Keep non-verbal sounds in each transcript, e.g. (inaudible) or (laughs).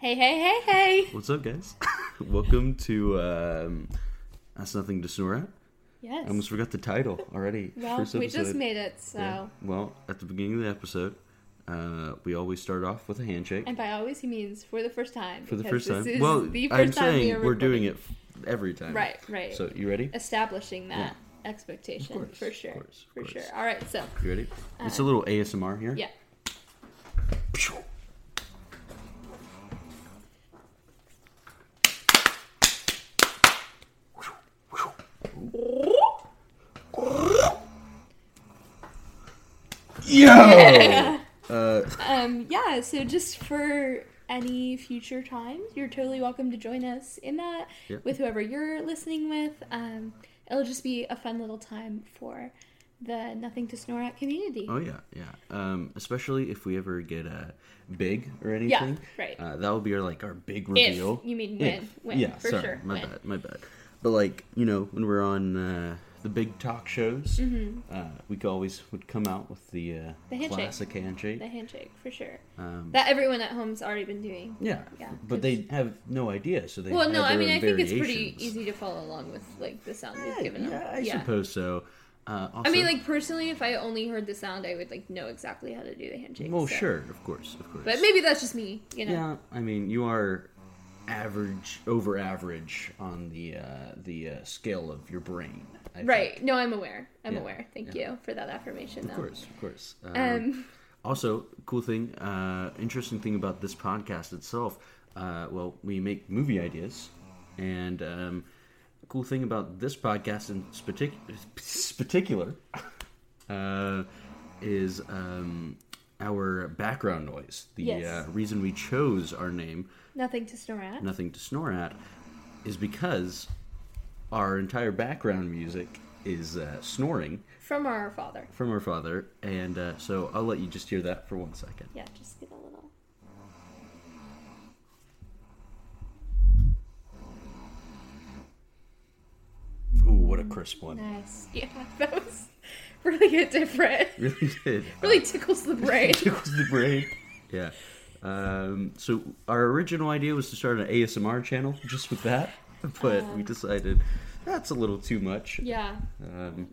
Hey, hey, hey, hey. What's up, guys? (laughs) Welcome to um, That's Nothing to Snore At. Yes. I almost forgot the title already. (laughs) well, First we just episode. made it, so. Yeah. Well, at the beginning of the episode, uh, we always start off with a handshake And by always, he means for the first time. for the because first time. This is well, the 1st I'm time saying we are doing it f- every time. Right, right. So, you ready? Establishing that expectation, Of course, for of sure. course, of for course. sure. All right, so, You ready? Uh, it's a little ASMR here. yeah. Yo! uh, Um, yeah, so just for any future times, you're totally welcome to join us in that Yep. with whoever you're listening with. Um, it'll just be a fun little time for the Nothing to Snore At community. Oh yeah, yeah. Um, especially if we ever get uh, big or anything. right. Uh, that will be our like our big reveal. you mean when, when, yeah, for sorry, sure, my when. bad, my bad. But like you know, when we're on uh, the big talk shows, uh, we could always would come out with the, uh, Mm-hmm. The handshake. classic handshake. The handshake, for sure. Um, that everyone at home's already been doing. yeah, Yeah, but they have no idea, so they. Well, have no, I their mean, own I think it's pretty variations. easy to follow along with like the sound Yeah, they've given yeah, them. I suppose so. Uh, also, I mean, like personally, if I only heard the sound, I would like know exactly how to do the handshake. Well, so- sure, of course, of course. but maybe that's just me. You know, Yeah, I mean, you are average, over average on the uh, the uh, scale of your brain. I think. right? No, I'm aware. I'm Yeah, aware. Thank yeah. you for that affirmation. Though. Of course, of course. Um, Um, also, cool thing, uh, interesting thing about this podcast itself. Uh, well, we make movie ideas, and um, cool thing about this podcast in spartic- particular (laughs) uh, is um, our background noise. The Yes. uh, reason we chose our name nothing to snore at. nothing to snore at is because our entire background music is uh, snoring From our father. from our father and uh, so i'll let you just hear that for one second Yeah, just get a little. ooh what a crisp one Nice. (laughs) Yeah, that was really a different. (laughs) really good Really tickles the (laughs) brain. tickles the brain yeah um, so our original idea was to start an asmr channel just with that (laughs) but we decided that's a little too much yeah. um,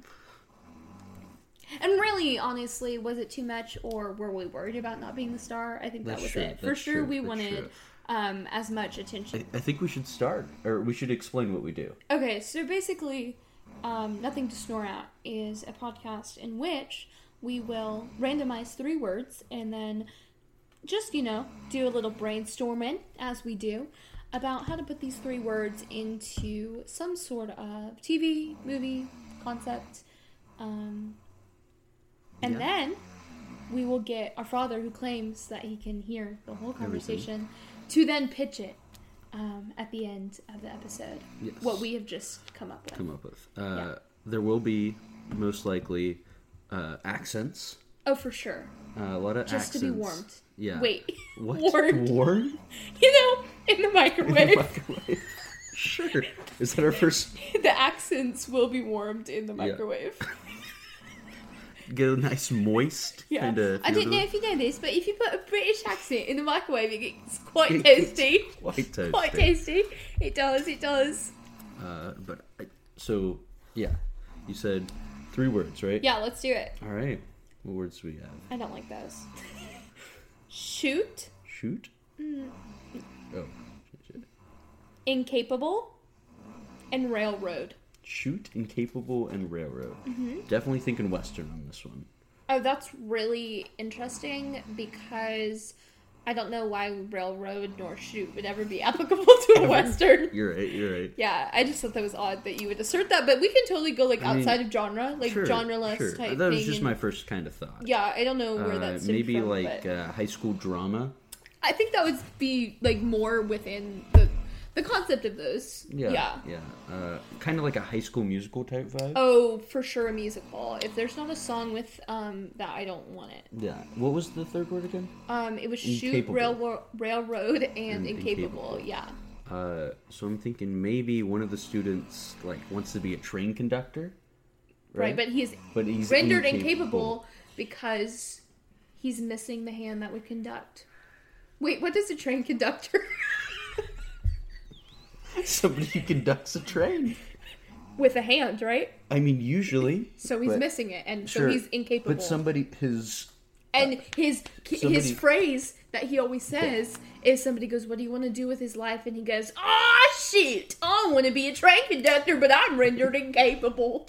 And really, honestly, was it too much, or were we worried about not being the star? I think that That's was true, it. For that's sure, true, we that's wanted true. um, as much attention. I, I think we should start or we should explain what we do Okay, so basically, um, Nothing to Snore At is a podcast in which we will randomize three words and then just, you know, do a little brainstorming as we do about how to put these three words into some sort of TV, movie, concept. Um, and Yeah. then we will get our father, who claims that he can hear the whole conversation, to then pitch it um, at the end of the episode. Yes. What we have just come up with. come up with. Uh, There will be most likely uh, accents. Oh, for sure. Uh, a lot of Just to be accents. warmed. Yeah. Wait. (laughs) What? (laughs) Warmed. Warmed? You know, in the (laughs) microwave. Microwave. sure. Is that our first? the accents will be warmed in the microwave. (laughs) Get a nice moist Yeah. kind of. I don't know if you know this, but if you put a British accent in the microwave, it gets quite It gets (laughs) tasty. (laughs) Quite tasty. Quite tasty. It does, it does. Uh, but I, so yeah, you said three words, right? Yeah, let's do it. All right. What words do we have? I don't like those. (laughs) Shoot, Shoot. Mm. Oh. incapable, and railroad. Shoot, incapable, and railroad. Mm-hmm. Definitely thinking western on this one. Oh, that's really interesting because I don't know why railroad nor shoot would ever be (laughs) applicable to a western. You're right. You're right. Yeah, I just thought that was odd that you would assert that, but we can totally go like I mean, outside of genre, like Sure, genreless sure. type. That was thing just and- my first kind of thought. Yeah, I don't know where Uh, that's maybe from, like but- uh, high school drama. I think that would be like more within the the concept of those. Yeah. Yeah. Uh, kind of like a high school musical type vibe. Oh, for sure a musical. If there's not a song with um that, I don't want it. Yeah. What was the third word again? Um, it was shoot Incapable. railroad, railroad and And incapable. Yeah. Uh, so I'm thinking maybe one of the students like wants to be a train conductor. Right, but he's But he's rendered incapable. incapable because he's missing the hand that would conduct. Wait, what does a train conductor? (laughs) (laughs) somebody who conducts a train. With a hand, right? I mean, usually. So he's but- missing it, and sure, so he's incapable. But somebody his and his his somebody- phrase that he always says is somebody goes, "What do you want to do with his life?" And he goes, "Ah, shit! I want to be a train conductor, but I'm rendered incapable."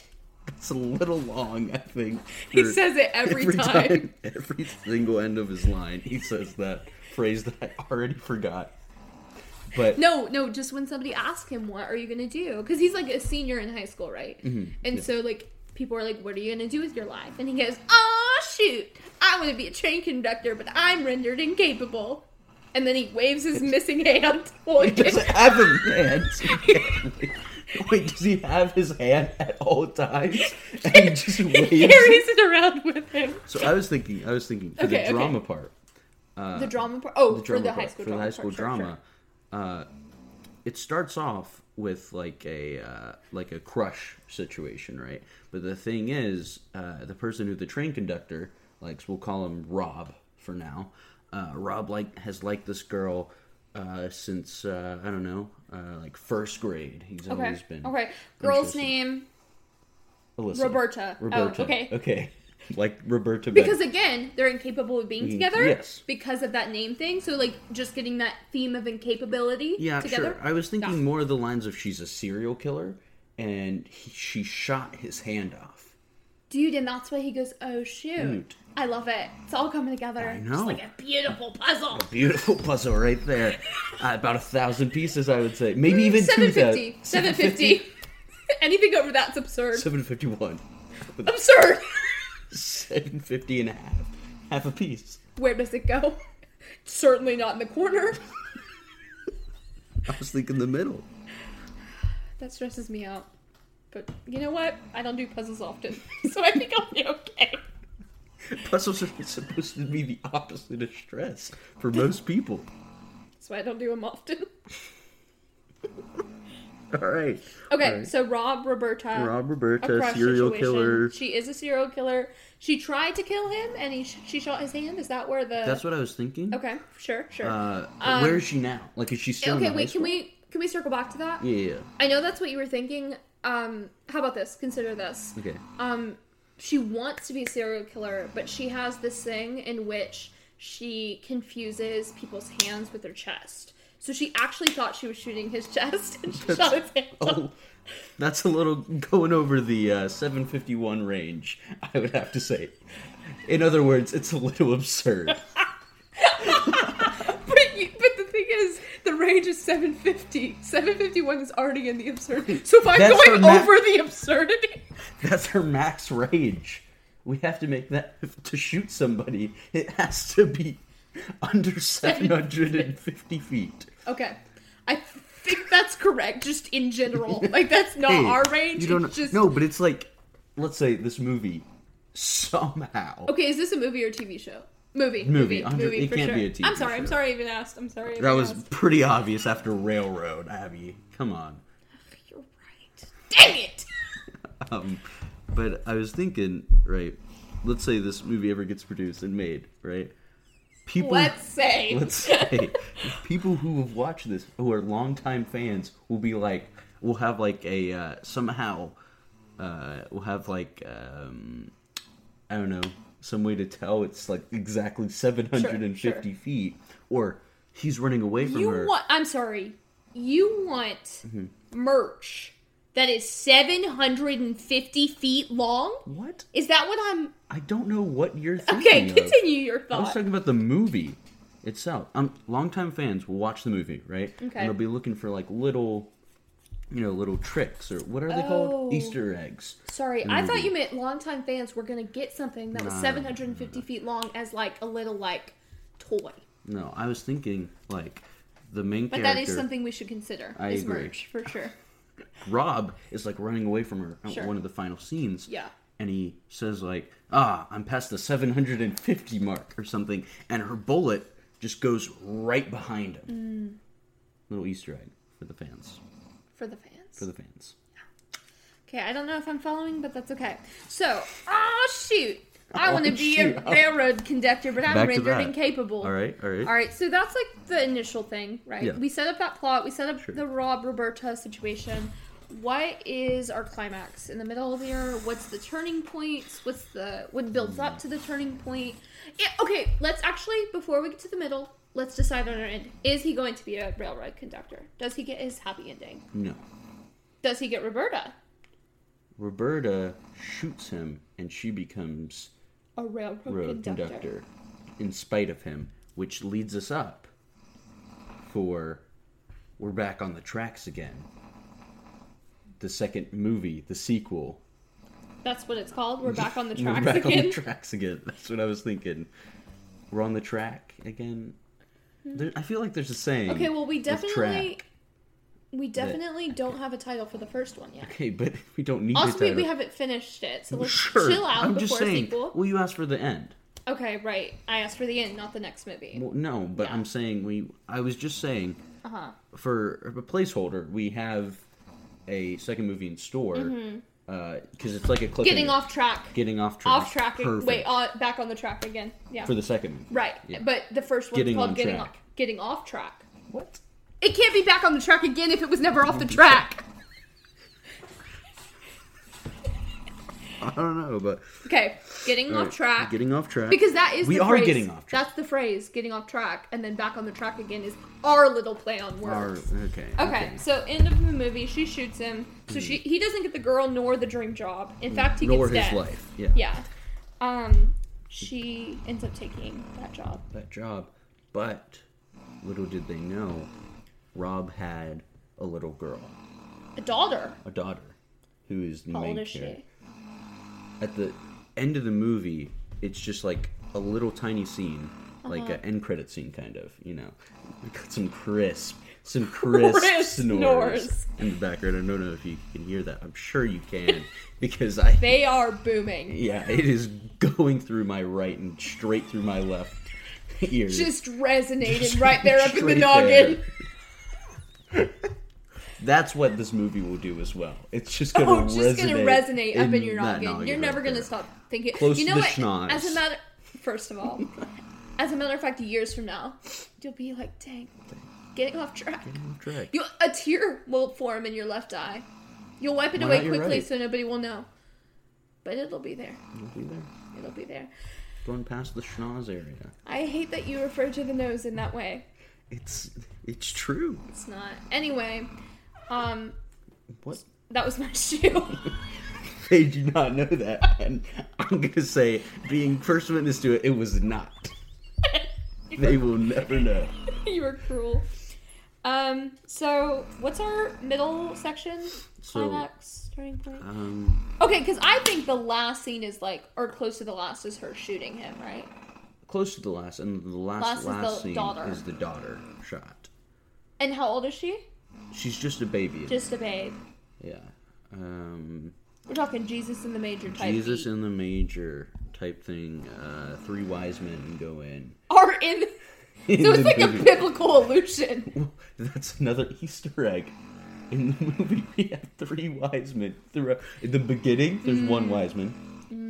it's a little long. I think He for- says it every, time. (laughs) every single end of his line, he says that phrase that I already forgot. But No, no, just when somebody asks him, "What are you gonna do?" Because he's like a senior in high school, right? Mm-hmm. And so like people are like, "What are you gonna do with your life?" And he goes, "Oh shoot, I want to be a train conductor, but I'm rendered incapable." And then he waves (laughs) his missing hand. while he He doesn't gets- have a hand. (laughs) apparently. (laughs) Wait, does he have his hand at all (laughs) times? And he just he (laughs) waves. (laughs) carries it around with him. So I was thinking, I was thinking for Okay, okay. the drama part, the drama part. Oh, Uh, the drama for the part, high school for the drama. high school part, sure, drama, sure. uh, it starts off with like a uh, like a crush situation, right? But the thing is, uh, the person who the train conductor likes, we'll call him Rob for now. Uh, Rob like has liked this girl uh, since uh, I don't know, uh, like first grade. He's always Okay. been Okay. Girl's interested. name Alyssa. Roberta. Oh, Roberta. okay. Okay. (laughs) Like Roberta. Because Beck. again, they're incapable of being together. Mm-hmm. yes. Because of that name thing. So like just getting that theme of incapability yeah, together. sure. I was thinking Yeah. more of the lines of she's a serial killer, and he, she shot his hand off. Dude, and that's why he goes, Oh shoot. Dude. I love it. It's all coming together. I Just know. like a beautiful puzzle. Beautiful (laughs) puzzle right there. uh, about a thousand pieces, I would say. Maybe even two Seven thousand. fifty. Seven fifty. (laughs) Anything over that's absurd. Seven fifty-one. (laughs) absurd. Seven fifty and a half. Half a piece. Where does it go? Certainly not in the corner. I was thinking the middle. That stresses me out. But you know what? I don't do puzzles often, (laughs) so I think I'll be okay. Puzzles are supposed to be the opposite of stress for most people. (laughs) So I don't do them often. (laughs) All right. Okay, All right. so Rob Roberta. Rob a Roberta, crush serial Uh, situation. killer. She is a serial killer. She tried to kill him, and he sh- she shot his hand. Is that where the? That's what I was thinking. Uh, Okay, sure, sure. Uh, but Um, where is she now? Like, is she still? okay, in the wait. high Can school? we can we circle back to that? Yeah. yeah, I know that's what you were thinking. Um, how about this? Consider this. yeah. Okay. um she wants to be a serial killer but she has this thing in which she confuses people's hands with their chest so she actually thought she was shooting his (laughs) chest and she shot his hand (laughs) Oh, that's a little going over the uh, 751 range, (laughs) I would have to say. In other words, it's a little absurd. (laughs) but, you, but the thing is the range is 750 751 is already in the absurd so if i'm That's going her ma- over the absurdity That's her max range. We have to make that to shoot somebody. It has to be under 750 feet. okay i think that's correct just in (laughs) general like that's not Hey, our range You don't it's just No, but it's like, let's say this movie somehow. Okay, is this a movie or TV show? Movie. Movie. Movie. Hundred- Movie. it for can't sure. be a TV I'm sorry. I'm show. sorry I even asked. I'm sorry. I That even was asked. pretty obvious after Railroad, Abby. Come on. You're right. Dang (laughs) it! Um, but I was thinking, right? Let's say this movie ever gets produced and made, right? People, Let's say. (laughs) let's say people who have watched this, who are longtime fans, will be like, will have like a uh, somehow, uh, will have like, um, I don't know, some way to tell it's like exactly seven hundred and fifty sure. feet, or he's running away from You her. Mm-hmm. want? I'm sorry. You want merch that is 750 feet long? What? Is that what I'm? I don't know what you're thinking. Okay, of. continue your I was thought. talking about the movie itself. Um, longtime fans will watch the movie, right? Okay. And they'll be looking for like little, you know, little tricks or what are they Oh. called? Easter eggs. Sorry, the I thought movie. you meant longtime fans were gonna get something that was No, no, no, 750 feet long as like a little like toy. No, I was thinking like the main But character that is something we should consider. I is agree. merch for sure. Rob is like running away from her at Sure. one of the final scenes. Yeah. And he says like, "Ah, I'm past the 750 mark or something," and her bullet just goes right behind him. Mm. Little Easter egg for the fans. For the fans. For the fans. Okay, I don't know if I'm following, but that's okay. So, oh shoot. I Oh, want to be a shoot. (laughs) railroad conductor, but I'm Back to rendered that. incapable. All right, all right. All right, so that's like the initial thing, right? Yeah. We set up that plot, we set up Sure. the Rob Roberta situation. What is our climax in the middle of here? What's the turning points? What's the what builds up to the turning point? Yeah, okay, let's actually before we get to the middle, let's decide on our end. Is he going to be a railroad conductor? Does he get his happy ending? No. Does he get Roberta? Roberta shoots him, and she becomes A railroad road conductor. conductor. in spite of him, which leads us up for we're back on the tracks again. The second movie, the sequel. That's what it's called. We're back on the (laughs) We're tracks back again. on the tracks again. That's what I was thinking. We're on the track again. There, I feel like there's a saying. Hmm. okay, well we with definitely track. we definitely don't have a title for the first one yet. Okay, but (laughs) we don't need Also, to we, title. we haven't finished it, so let's (laughs) sure. chill out I'm before just saying. a sequel. Well, you asked for the end. okay, right. I asked for the end, not the next movie. Well, no, but Yeah. I'm saying we. I was just saying Uh huh. for a placeholder, we have a second movie in store because it's like a clip. Mm-hmm. Getting off track. getting off track, off track. Perfect. Wait, on, back on the track again. Yeah. for the second movie, right. Yeah. But the first one's Getting called on getting track. off getting off track. What? It can't be back on the track again if it was never off the (laughs) track. I don't know, but Okay, getting off Alright, track. Getting off track Because that is we the are phrase. getting off track. That's the phrase, getting off track, and then back on the track again is our little play on Our- words. okay. Mm. Okay, so end of the movie, she shoots him. So she he doesn't get the girl nor the dream job. In fact, he Nor gets his dead. life. Yeah. Yeah. Um, she ends up taking that job. That job, but little did they know, Rob had a little girl, A daughter. a daughter, who is the How main old is character. she? at the end of the movie, it's just like a little tiny scene, like Uh-huh. an end credit scene, kind of. You know, We got some crisp, (laughs) some crisp, Crisp snores, snores. in the background. I don't know if you can hear that. I'm sure you (laughs) can because I. They are booming. yeah, it is going through my right and straight through my left ear. Just resonated right there up in the Straight noggin. there. That's what this movie will do as well. It's just gonna (laughs) Oh, resonate. just gonna resonate up in your that noggin. You're right never gonna there. stop thinking. Close you to know the what? schnoz. As a matter, first of (laughs) all, as a matter of fact, years from now, you'll be like, dang, getting off track. Drag. You'll, a tear will form in your left eye. You'll wipe it Why away not? You're quickly right. so nobody will know. But it'll be there. You'll be there. It'll be there. Going past the schnoz area. I hate that you refer to the nose in that way. It's it's true. It's not. Anyway, um, What? (laughs) that was my (laughs) shoe. They do not know that, and I'm gonna say, being first witness to it, it was (laughs) not. They will never know. (laughs) you were cruel. Um, so what's our middle section? So- Climax, turning point. Um, Okay, because I think the last scene is like, or close to the last, is her shooting him, right? close to the last, and the Last last is last, the scene daughter. is the daughter shot. And how old is she? She's just a baby. Just a babe. yeah. Um, We're talking Jesus and the Major type. Jesus beat. and the major type thing. Uh, three wise men go in. are in. (laughs) So it's like a biblical illusion. Well, (laughs) That's another Easter egg. In the movie, we have three wise men. Throughout. In the beginning, there's Mm. one wise man.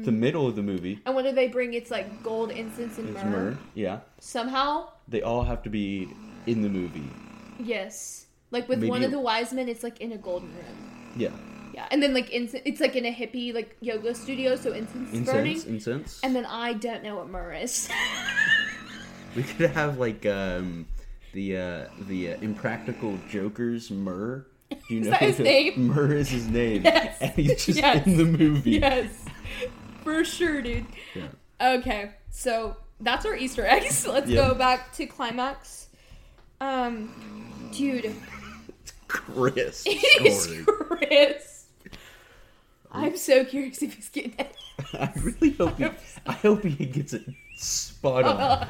The middle of the movie And what do they bring? It's like gold, incense, and is myrrh. Myrrh. Yeah. Somehow, They all have to be in the movie. yes. Like with Maybe one of it- the wise men, it's like in a golden room. Yeah. Yeah, and then like incense, it's like in a hippie like yoga studio, so incense, is burning. Incense. Incense. And then I don't know what myrrh is. (laughs) We could have, like, um, the uh, the uh, impractical Joker's Myrrh. Do (laughs) you know that his who- name? (laughs) Myrrh is his name. Yes. And he's just Yes. in the movie. yes, for sure, dude. Yeah. Okay, so that's our Easter eggs. (laughs) Let's Yeah. go back to climax. Um, dude, (laughs) Chris. it is Sorry. Chris. I'm so curious if he's getting it. (laughs) (laughs) I really hope he, I hope he gets it spot on.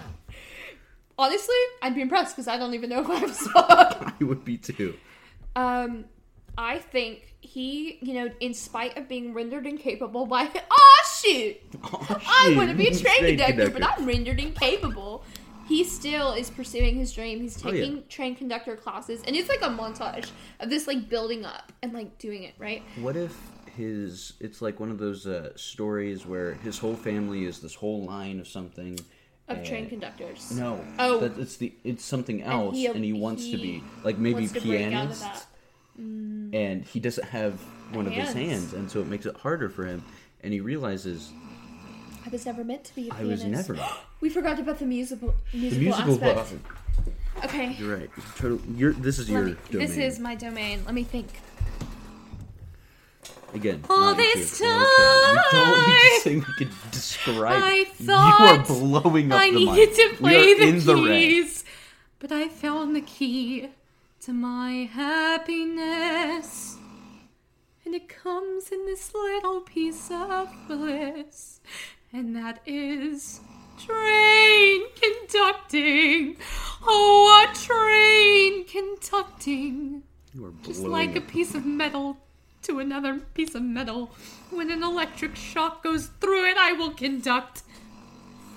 Honestly, I'd be impressed because I don't even know what I saw. I would be too. (laughs) um, I think he, you know, in spite of being rendered incapable by, (laughs) oh shoot, Oh, (laughs) I shoot. want to be a train Train conductor, but conductor. I'm rendered incapable. He still is pursuing his dream. He's Oh, yeah. taking train conductor classes, and it's like a montage of this like building up and like doing it right. What if his? It's like one of those uh, stories where his whole family is this whole line of something. Of train and- conductors. No. Oh. That it's the it's something else, and he- he, wants to he be like maybe wants to break out of pianist, that. Mm-hmm. and he doesn't have one of his Hands. hands, and so it makes it harder for him. And he realizes I was never meant to be a I pianist. (gasps) was never We forgot about the musical the musical, musical. aspect. part- Okay. You're right. Total, you're, this is Let your me- domain this is my domain. Let me think. again. All not your this two. Okay. We don't need time, to say we could describe. I it. thought you are blowing up I the needed mic. We to are play the in the red. keys, but I found the key to my happiness, and it comes in this little piece of bliss, and that is train conducting. Oh, a train conducting. You are blowing Just like a it. piece of metal to another piece of metal. When an electric shock goes through it, I will conduct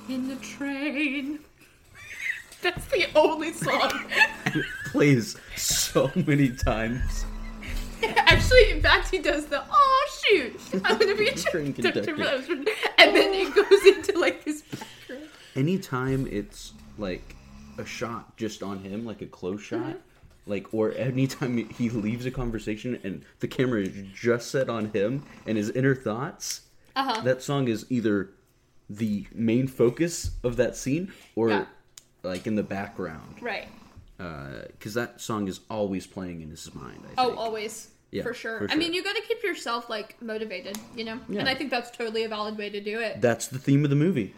in the train. That's the only (laughs) song. plays so many times. Actually, in fact, he does the oh shoot, I'm gonna (laughs) be a train Train conductor, conductor. and then it goes into like this. background. Anytime it's like a shot just on him, like a close shot, Mm-hmm. like or anytime he leaves a conversation and the camera is just set on him and his inner thoughts, Uh-huh. that song is either the main focus of that scene or Yeah. like in the background Right. because uh, that song is always playing in his mind. I think. Oh, always. Yeah, for, sure. for I mean, sure. you gotta keep yourself like motivated, you know. Yeah. And I think that's totally a valid way to do it. that's the theme of the movie.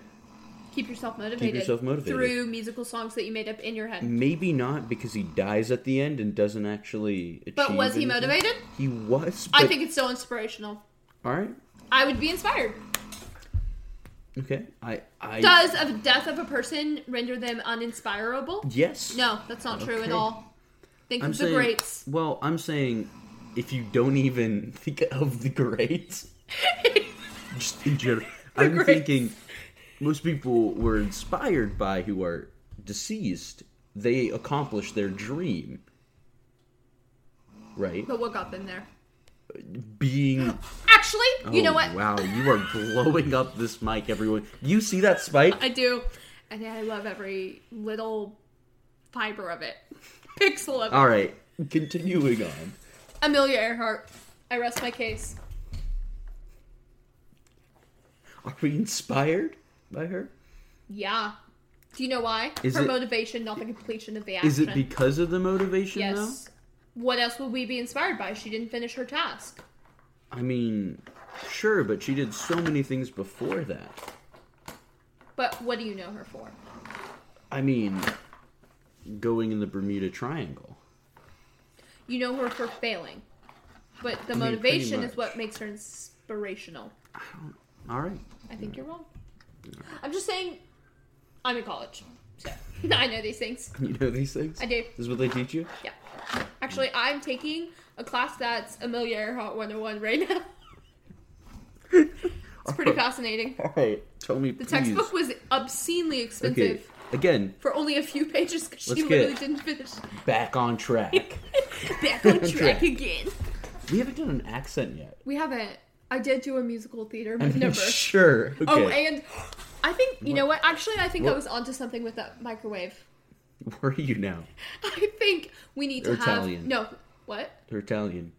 keep yourself motivated. yourself motivated. through musical songs that you made up in your head. Maybe not because he dies at the end and doesn't actually. Achieve But was he anything. motivated? He was. I but- think it's so inspirational. All right. I would be inspired. Okay. I. I Does a death of a person render them uninspirable? yes. No, that's not true at Okay. all. Think I'm of the saying. (laughs) greats. Well, I'm saying, if you don't even think of the (laughs) greats, just in general, I'm greats. thinking most people were inspired by who are deceased. They accomplished their dream. Right. But what got them there? Being Actually, you know Oh, what? Wow, you are blowing up this mic, everyone. You see that spike? I do. And I love every little fiber of it. (laughs) Pixel of it. All right, continuing on. Amelia Earhart. I rest my case. Are we inspired by her? Yeah. Do you know why? Is Her it- motivation, not the completion of the action. Is it because of the motivation, Yes. What else would we be inspired by? She didn't finish her task. though? I mean, sure, but she did so many things before that. But what do you know her for? I mean, going in the Bermuda Triangle. You know her for failing. But the mean, pretty motivation is much. what makes her inspirational. I don't. All right. I think you're wrong. I'm just saying, I'm in college. So (laughs) I know these things. You know these things? I do. This is what they teach you? Yeah. Actually, I'm taking a class that's Amelia Earhart 101 right now. (laughs) It's pretty fascinating. (laughs) All right, tell me, The please. textbook was obscenely expensive okay, again, for only a few pages because she Let's get- literally didn't (laughs) finish. back (laughs) on track. Back (laughs) on track Track. again. we haven't done an accent yet. We haven't. I did do a musical theater (laughs) I mean, number. Sure. Okay. Oh, and I think you know what? Actually, I think I What? was onto something with that microwave. (laughs) (laughs) Where are you now? I think we need to They're have Italian. no what They're Italian.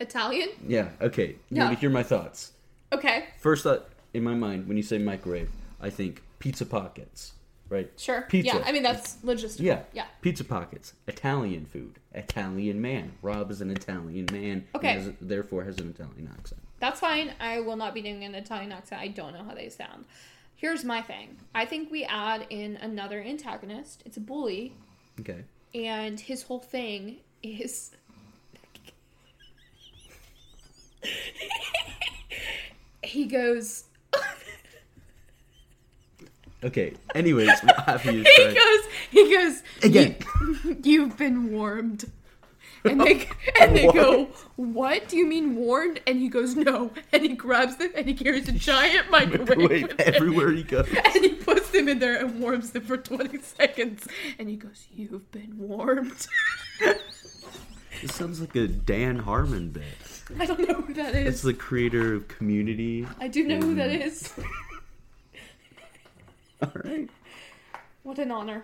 Italian? Yeah, okay. You Yeah. want to hear my thoughts? Okay, First thought in my mind when you say microwave, I think pizza pockets, right? sure. Pizza. Yeah, I mean that's logistical. yeah, yeah. Pizza pockets, Italian food, Italian man. Rob is an Italian man. and Okay. has- therefore, has an Italian accent. That's fine. I will not be doing an Italian accent. I don't know how they sound. Here's my thing. I think we add in another antagonist. It's a bully, Okay. and his whole thing is. he goes. Okay. (laughs) Anyways, what have He you tried? goes, he goes, Again. (laughs) you've been (laughs) warmed. And they, and they What? go, what? Do you mean warmed? And he goes, no. And he grabs them and he (laughs) carries a giant microwave. Wait, with him. everywhere he goes. (laughs) And he puts them in there and warms them for 20 seconds. And he goes, You've been warmed. (laughs) This sounds like a Dan Harmon bit. I don't know who that It's Mm. is. the creator of Community. I do know who that is. All right. What an honor.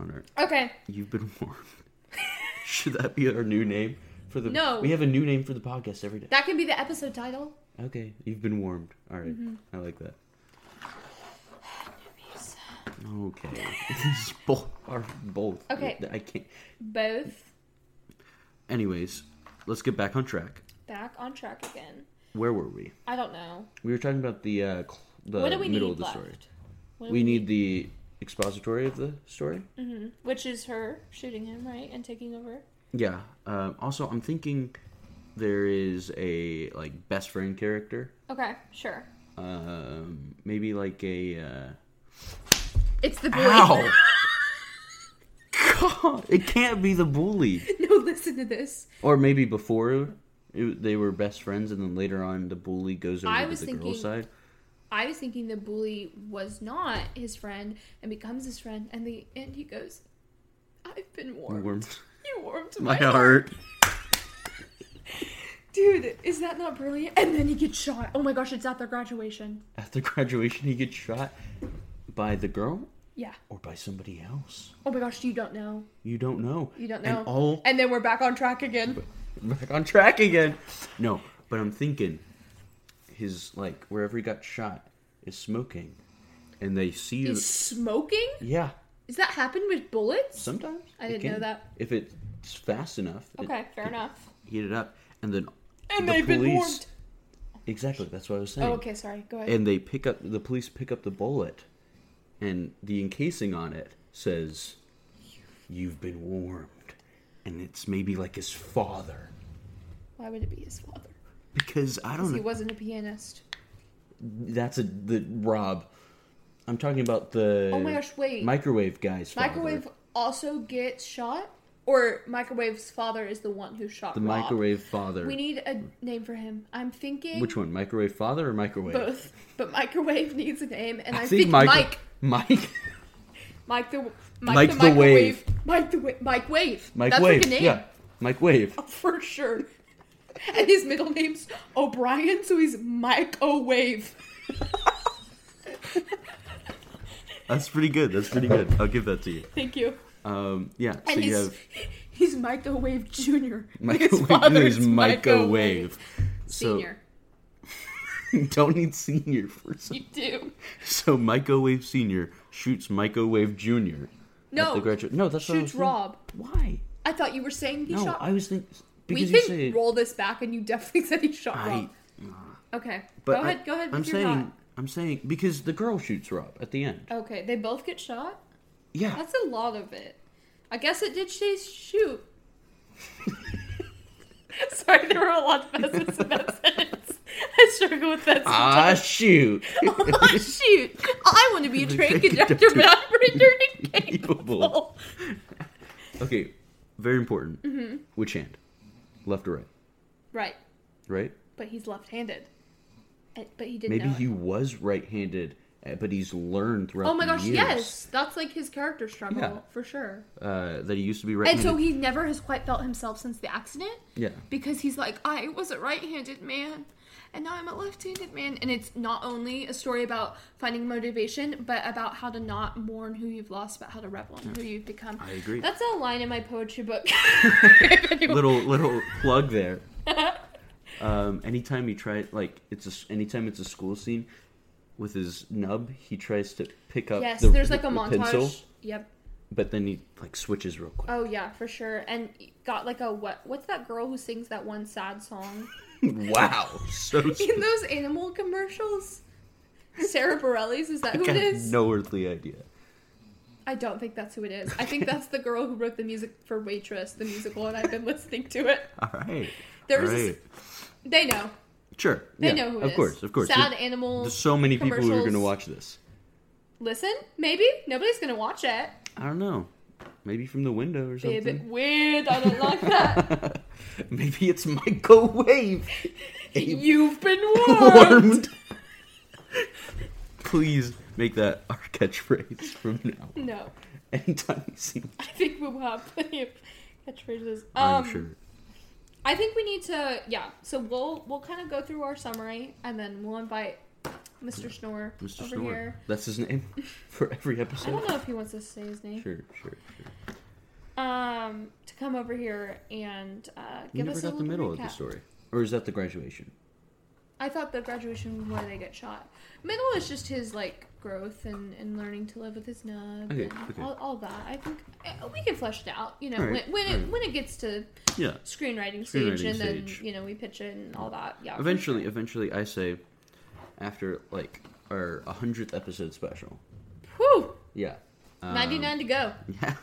Honor. Okay. You've been warned. (laughs) Should that be our new name for the? No. We have a new name for the podcast every day. That can be the episode title. Okay, you've been warmed. All right. Mm-hmm. I like that. Okay. (laughs) This is both are both. Okay. I can't. Both Anyways, let's get back on track. back on track again. Where were we? I don't know. We were talking about the uh, cl- the What do we middle need of the left? story. What do Mm-hmm. We need the expository of the story. Which is her shooting him, right? And taking over. Yeah. Um, also, I'm thinking there is a like best friend character. Okay, sure. Um, maybe like a. Uh... It's the boy. (laughs) Ow! God, it can't be the bully. (laughs) no, listen to this. Or maybe before it, they were best friends, and then later on the bully goes over I to the was thinking- girl's side. I was thinking the bully was not his friend and becomes his friend, and the and he goes, "I've been warmed. Warmed You warmed (laughs) my heart. dude. Is that not brilliant?" And then he gets shot. Oh my gosh, it's at their graduation. After graduation, he gets shot by the girl Yeah. or by somebody else. Oh my gosh, you don't know. You don't know. You don't know. And all And then we're back on track again. back on track again. No, but I'm thinking his like wherever he got shot is smoking, and they see. He's smoking. yeah, Does that happen with bullets? sometimes I it didn't can. know that. If it's fast enough, it Okay, fair enough. heat it up, and then And the they've been police- warmed. Exactly, that's what I was saying. Oh, okay, sorry. Go ahead. and they pick up the police pick up the bullet and the encasing on it says you've been warmed and it's maybe like his father Why would it be his father? because i don't Because he know wasn't a pianist. that's a the rob i'm talking about the Oh my gosh, wait. microwave guy's father. Microwave also gets shot, or Microwave's father is the one who shot the Rob. microwave father We need a name for him. I'm thinking which one microwave father or microwave both, but Microwave (laughs) needs a name, and I, i think, think micro- Mike, mike Mike the Mike, Mike the the microwave, Wave. Mike the wa- Mike Wave. mike That's wave like a name yeah mike wave for sure. And his middle name's O'Brien, so he's Microwave. that's pretty good that's pretty good i'll give that to you Thank you. um yeah so And you he's (laughs) have he's Microwave Junior. Microwave. father's There's microwave. Senior. So (laughs) don't need senior for some. you do. (laughs) So microwave senior shoots microwave junior. No. At the graduate. No, that's what I was Shoots thinking. Rob. Why? I thought you were saying he No, shot. I was thinking we because can you say roll this back, and you definitely said he shot I. Rob. Okay, But go I- ahead. Go ahead. With I'm your saying. thought. I'm saying because the girl shoots Rob at the end. Okay, they both get shot. yeah. That's a lot of it. I guess it did say shoot. (laughs) Sorry, there were a lot of messages in that sentence. I struggle with that. ah shoot! (laughs) (laughs) sometimes. shoot! I want to be a train Train conductor, but I'm pretty Capable. capable. Okay, very important. Mm-hmm. Which hand? Left or right? Right, Right? but he's left-handed. And- But he didn't. Maybe know it. he was right-handed, uh, but he's learned throughout. Oh my the gosh, years, yes. That's like his character struggle, Yeah. for sure. Uh, that he used to be And right-handed. so he never has quite felt himself since the accident Yeah. because he's like, I was a right handed man and now I'm a left handed man. And it's not only a story about finding motivation, but about how to not mourn who you've lost, but how to revel in who you've become. Mm. I agree. That's a line in my poetry (laughs) book. (laughs) If anyone- little (laughs) little plug there. Um, anytime he try like it's a s anytime it's a school scene with his nub, he tries to pick up. yes, uh, the- there's like a the montage. pencil, Yep. but then he like switches real quick. Oh yeah, for sure. And got like a what? What's that girl who sings that one sad (laughs) song? (laughs) wow, (laughs) so in those animal commercials? Sarah Bareilles, is that who I it have is? no earthly idea. I don't think that's who it is. I think that's the girl who wrote the music for Waitress, the musical, and I've been listening to it. All right, There was all a s- right. They know. sure. They yeah, know who it is. of course, of course. Sad There- animal. there's so many people who are going to commercials. watch this. listen, maybe nobody's gonna watch it. I don't know. Maybe from the window or Be a bit something. weird. I don't (laughs) like that. (laughs) Maybe it's microwave You've (laughs) been warned. warmed. Please make that our catchphrase from now. on. No, Anytime you see, me, I think we'll have plenty of catchphrases. Um, I'm sure. I think we need to. Yeah. So we'll we'll kind of go through our summary, and then we'll invite Mr. Snore Mr. over Snore. here. That's his name (laughs) for every I episode. don't know if he wants us to say his name. Sure, sure, sure. Um, to come over here and uh, You give never us a got the little middle recap. of the story, or is that the graduation? I thought the graduation was where they get shot. Middle is just his like growth and, and learning to live with his nub Okay, and okay. all, all that. I think uh, we can flesh it out. You know, Alright, when when, it, alright. when it gets to Yeah. screenwriting, stage, Screenwriting and then stage. you know we pitch it and all that. Yeah. for Eventually, sure. eventually, I say, after like our hundredth episode special. Whew, Yeah. Um, ninety nine to go. Yeah.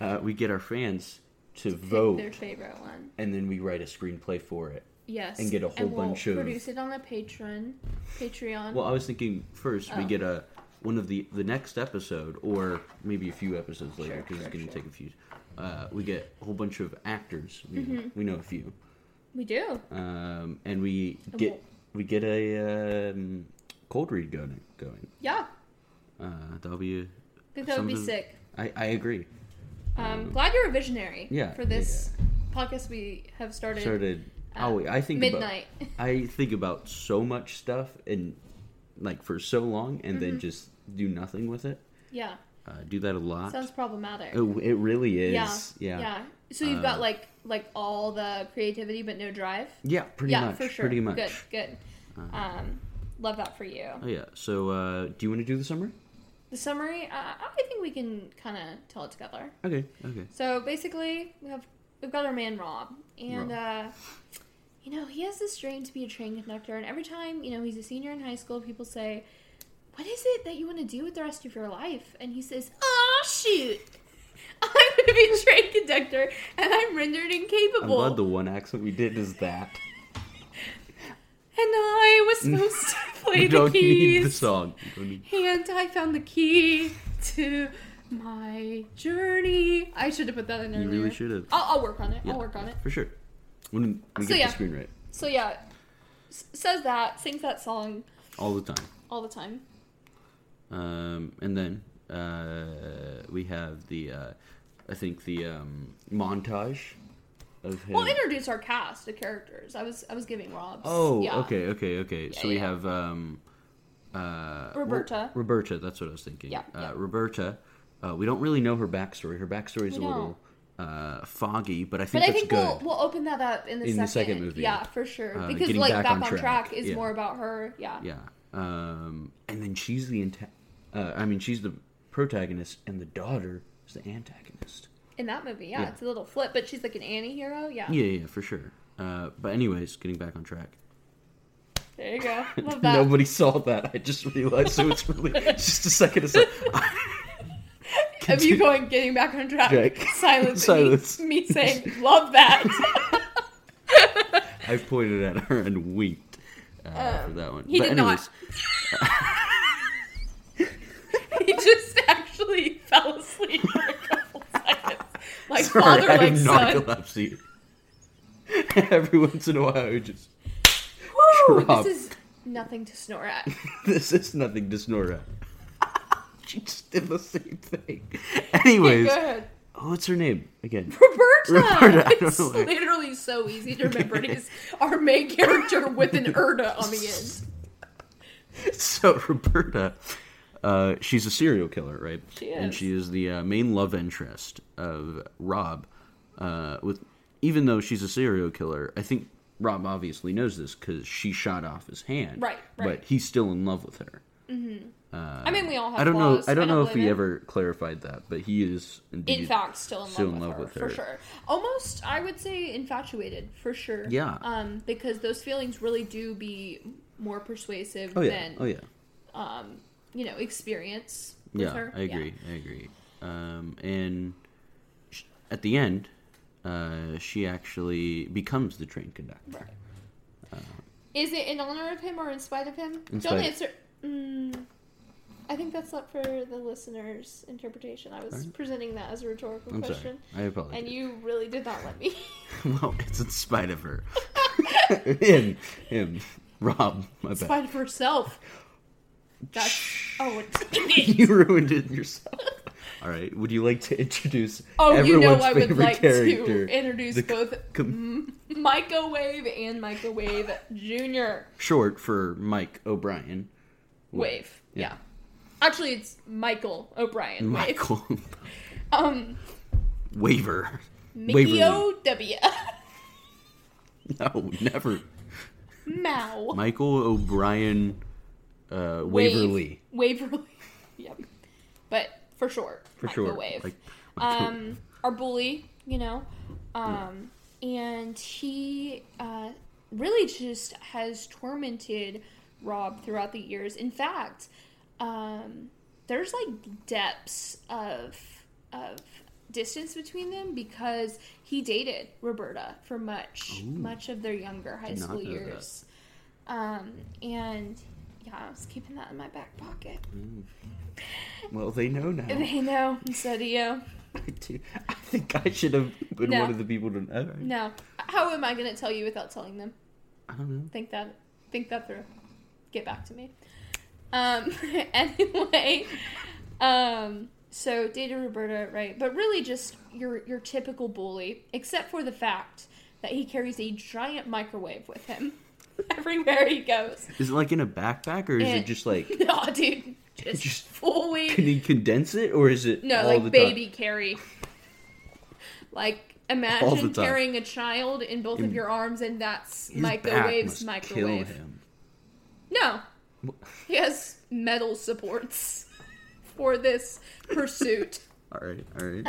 Uh, we get our fans to Pick vote, their favorite one. and then we write a screenplay for it. Yes. and get a whole we'll bunch of- produce it on a Patreon, Patreon. Well, I was thinking first we Oh. get a one of the the next episode, or maybe a few episodes later Sure, because sure, it's going to sure. take a few. Uh, we get a whole bunch of actors. We, Mm-hmm. we know a few, we do. um, and we get we'll- we get a um, cold read going. Going. Yeah, Uh, that'll be. a- I think that would be something- sick. I, I agree. Um, glad you're a visionary. Mm-hmm. Yeah, For this podcast, we have started. Started. uh, oh, wait, I think midnight. (laughs) About, I think about so much stuff and like for so long, and Mm-hmm. then just do nothing with it. Yeah, Uh, do that a lot. sounds problematic. Oh, it really is. yeah, Yeah. So you've got Uh, like like all the creativity, but no drive. Yeah, pretty yeah, much. for sure. Pretty much. Uh-huh. Good, good. Um, love that for you. Oh yeah. So, uh, do you want to do the summary? The summary, uh, I think we can kind of tell it together. Okay. Okay. So basically, we have we've got our man Rob, and uh, you know he has this dream to be a train conductor. And every time you know he's a senior in high school, people say, "What is it that you want to do with the rest of your life?" And he says, "Oh shoot, (laughs) I'm going to be a train conductor, and I'm rendered I'm incapable." glad the one accent we did is (laughs) that. and I was (laughs) supposed to play you the don't need the keys, song. You don't need- and I found the key to my journey. I should have put that in there. You really should have. I'll, I'll work on it. Yeah, I'll work on it. for sure. When we So, get yeah. the screen right So yeah, s- says that, sings that song all the time. all the time. Um, and then uh, we have the, uh, I think the um, montage of him. We'll introduce our cast, the characters. I was I was giving Rob's. oh, yeah. okay, okay, okay. so we yeah. have um, uh, Ro- Roberta. Roberta, that's what I was thinking. Yeah, uh, yeah. Roberta. Uh, we don't really know her backstory. Her backstory is a We little uh, foggy, but I But think I that's think good. we'll we'll open that up in the In second. the second movie. Yeah, for sure. Uh, because getting like back back, on on, track. track, is Yeah. more about her. Yeah. Yeah. Um, and then she's the anta- uh, I mean, she's the protagonist, and the daughter is the antagonist. In that movie, yeah, Yeah. it's a little flip, but she's like an anti-hero. Yeah. Yeah, yeah, for sure. Uh, but anyways, getting back on track. There you (laughs) go. Love that. Nobody saw that. I just realized. So (laughs) it's really just a second. Aside. of (laughs) you going getting back on track. Jack. Silence. Silence. Silence. Me, me saying love (laughs) that. I pointed at her and winked uh, for that one. Um, he but did not. anyways, (laughs) he just actually fell asleep for a couple (laughs) seconds. Like (laughs) Sorry, father, I like have son. narcolepsy. (laughs) Every once in a while, I just Woo, drop. this is nothing to snore at. (laughs) this is nothing to snore at. (laughs) she just did the same thing. (laughs) Anyways, Go ahead. oh, what's her name again? Roberta! (laughs) Roberta, I don't it's know why. literally so easy to remember. It is our main character with an Erda on the end. (laughs) so Roberta, uh, she's a serial killer, right? She And is. she is the uh, main love interest of Rob. Uh, with even though she's a serial killer, I think Rob obviously knows this because she shot off his hand. Right, right. But he's still in love with her. I mean, we all have I don't flaws. know. I don't know if blame he him. ever clarified that, but he is indeed. In fact, still in still love, in with, love her, with her. for sure. Almost, I would say, infatuated for sure. Yeah. Um, because those feelings really do be more persuasive Oh yeah. than oh yeah. um, you know, experience. With Yeah, her. I agree. I agree. Um, and sh- at the end, uh, she actually becomes the train conductor. Right. Is it in honor of him or in spite of him? In Don't spite. answer. Mm, I think that's up for the listener's interpretation. I was presenting that as a rhetorical I'm sorry. question, I apologize. and you really did not let me. (laughs) (laughs) well, it's in spite of her. (laughs) him, him, Rob. My bad. Fight for herself. That's oh, it's (laughs) (laughs) (laughs) you ruined it yourself. All right. Would you like to introduce oh, you everyone's know I would favorite like character? (laughs) to Mm-hmm. introduce the c- both com- microwave and microwave junior short for Mike O'Brien. wave. Yeah. Yeah. actually, it's Michael O'Brien wave. Michael Um, Waver. Mickey Waverly. O W. (laughs) No, never. Mao. Michael O'Brien uh, Waverly. Wave. Waverly. (laughs) yep. But for short. For sure. Microwave. Like, Michael- um, our bully, you know, um, and he uh, really just has tormented Rob throughout the years. In fact, um, there's like depths of of distance between them because he dated Roberta for much much of their younger high Did not school know that. years. Um, and yeah, I was keeping that in my back pocket. well, they know (laughs) now. They know, and so do you. I think I should have been No. one of the people to know. No. How am I going to tell you without telling them? I don't know. Think that think that through. Get back to me. Um (laughs) anyway, um so dated Roberta, right? But really just your your typical bully, except for the fact that he carries a giant microwave with him (laughs) everywhere he goes. (laughs) Is it like in a backpack or is Eh. it just like No, dude. Just, Just- fully can he condense it or is it No, all the like baby time? carry. Like imagine time. carrying a child in both In- of your arms, and that's His back microwaves. must Microwave. Kill him. (laughs) No, he has metal supports (laughs) for this pursuit. All right, all right.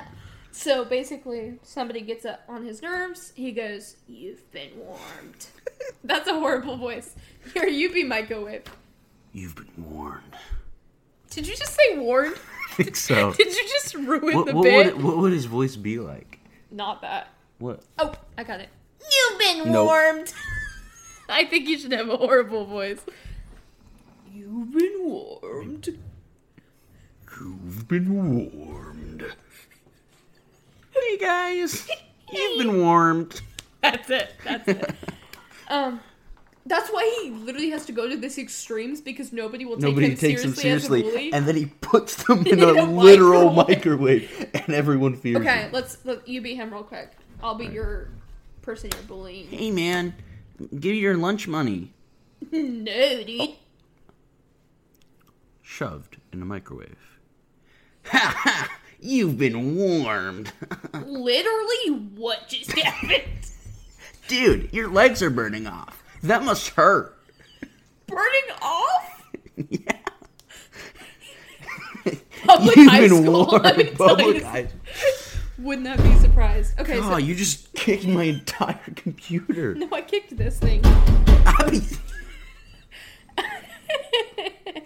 so basically, somebody gets up on his nerves. He goes, "You've been (laughs) warmed." that's a horrible voice. Here, you be microwave. (laughs) You've been warned. Did you just say warmed? I (laughs) think so. Did you just ruin what, the what would bit? it- what would his voice be like? Not that. What? Oh, I got it. You've been Nope. warmed. I think you should have a horrible voice. You've been warmed. You've been warmed. Hey (laughs) guys, you've been warmed. That's it. That's it. (laughs) um, that's why he literally has to go to this extremes because nobody will take Nobody him takes them seriously, as a seriously, bully. and then he puts (laughs) them In in a a literal microwave. microwave, and everyone fears okay, him. let's let you be him real quick. I'll be your person you're bullying. Hey man, give me your lunch money. no, dude. Shoved in a microwave. (laughs) Ha ha! You've been warmed. Oh. Literally, what (laughs) just happened? (laughs) Dude, your legs are burning off. That must hurt. (laughs) Burning off. yeah. Public high school, (laughs) let me tell you public this. high- Would not be surprised. Okay, Oh, so you just kicked my entire (laughs) computer. (laughs) no, I kicked this thing. I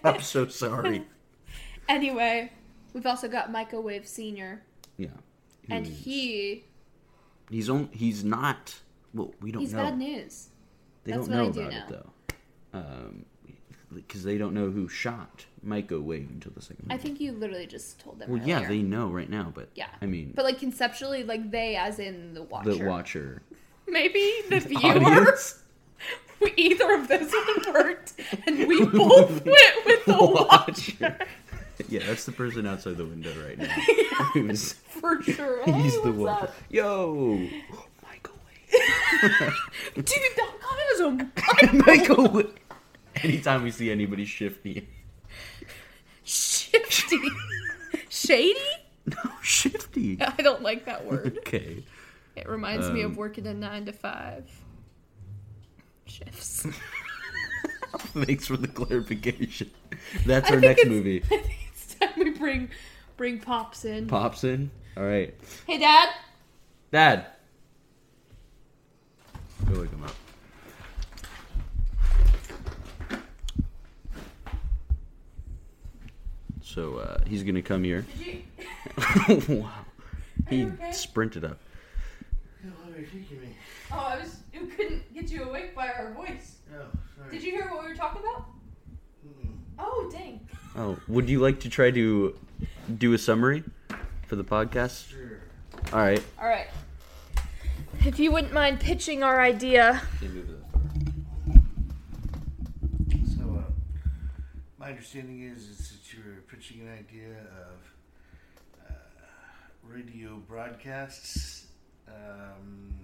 am so sorry. anyway, we've also got microwave senior, Yeah. and He's- he he's on. He's not. Well, we don't he's know. bad news. they That's don't what know I do about it though, um, because they don't know who shot Micah Wave until the second. I one. think you literally just told them. Well, yeah, earlier. they know right now, but Yeah, I mean, but like conceptually, like they, as in the watcher, the watcher, maybe the viewer. (laughs) audience, We, (laughs) either of those would have worked, and (laughs) we both went with the watcher (laughs) yeah, that's the person outside the window (laughs) right now. Who's- for sure. (laughs) he's Hey, the what's watcher. up? Yo, (laughs) Michael Wave. dude? That guy is a Michael Wade. Anytime we see anybody shifty. (laughs) shifty, shady. No, shifty. I don't like that word. Okay. It reminds me Um, of working a nine to five shifts. (laughs) (laughs) Thanks for the clarification. (laughs) That's I our think next it's- movie. I think it's time we bring bring pops in. Pops in. All right. Hey, Dad. Dad. Go wake him up. So uh, he's gonna come here. (laughs) Did you? wow. He you okay? sprinted up. Oh, I was. You couldn't get you awake by our voice. Oh, sorry. Did you hear what we were talking about? Mm-mm. Oh, dang. Oh, would you like to try to do a summary for the podcast? Sure. All right. All right. If you wouldn't mind pitching our idea. So, uh, my understanding is, is that you're pitching an idea of uh, radio broadcasts, um,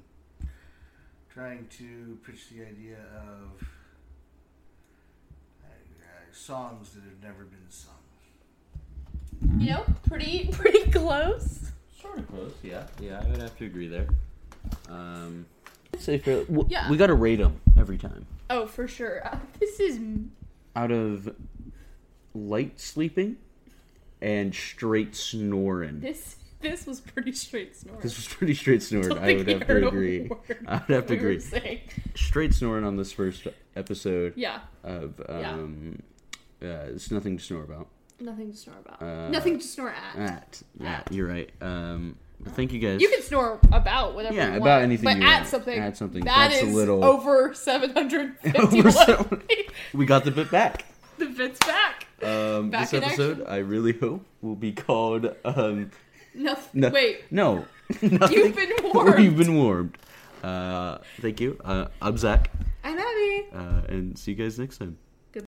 trying to pitch the idea of uh, uh, songs that have never been sung. You know, pretty pretty close. Sort of close. Yeah. Yeah, I would have to agree there. Um, say for w- Yeah. we got to rate them every time. Oh, for sure. Uh, this is Out of light sleeping and straight snoring. this this was pretty straight snoring. This was pretty straight snoring. Don't I think would he have to heard a agree. word (laughs) I would have to we were agree. saying. Straight snoring on this first episode Yeah, of Yeah. um, uh, it's nothing to snore about. nothing to snore about. Uh, nothing to snore at. At yeah, you're right. Um, but thank you guys. you (laughs) can snore about whatever. Yeah, you want, about anything But you at want. something, At something. that That's a is little- over seven hundred fifty. (laughs) Over seven- we got the bit back. the fits back. Um, Back this in episode, action. I really hope will be called. Um, Nothing. no, Wait, no, (laughs) nothing. you've been warned. We've been warmed. Uh, thank you. Uh, I'm Zach, I'm Abby. uh, and see you guys next time.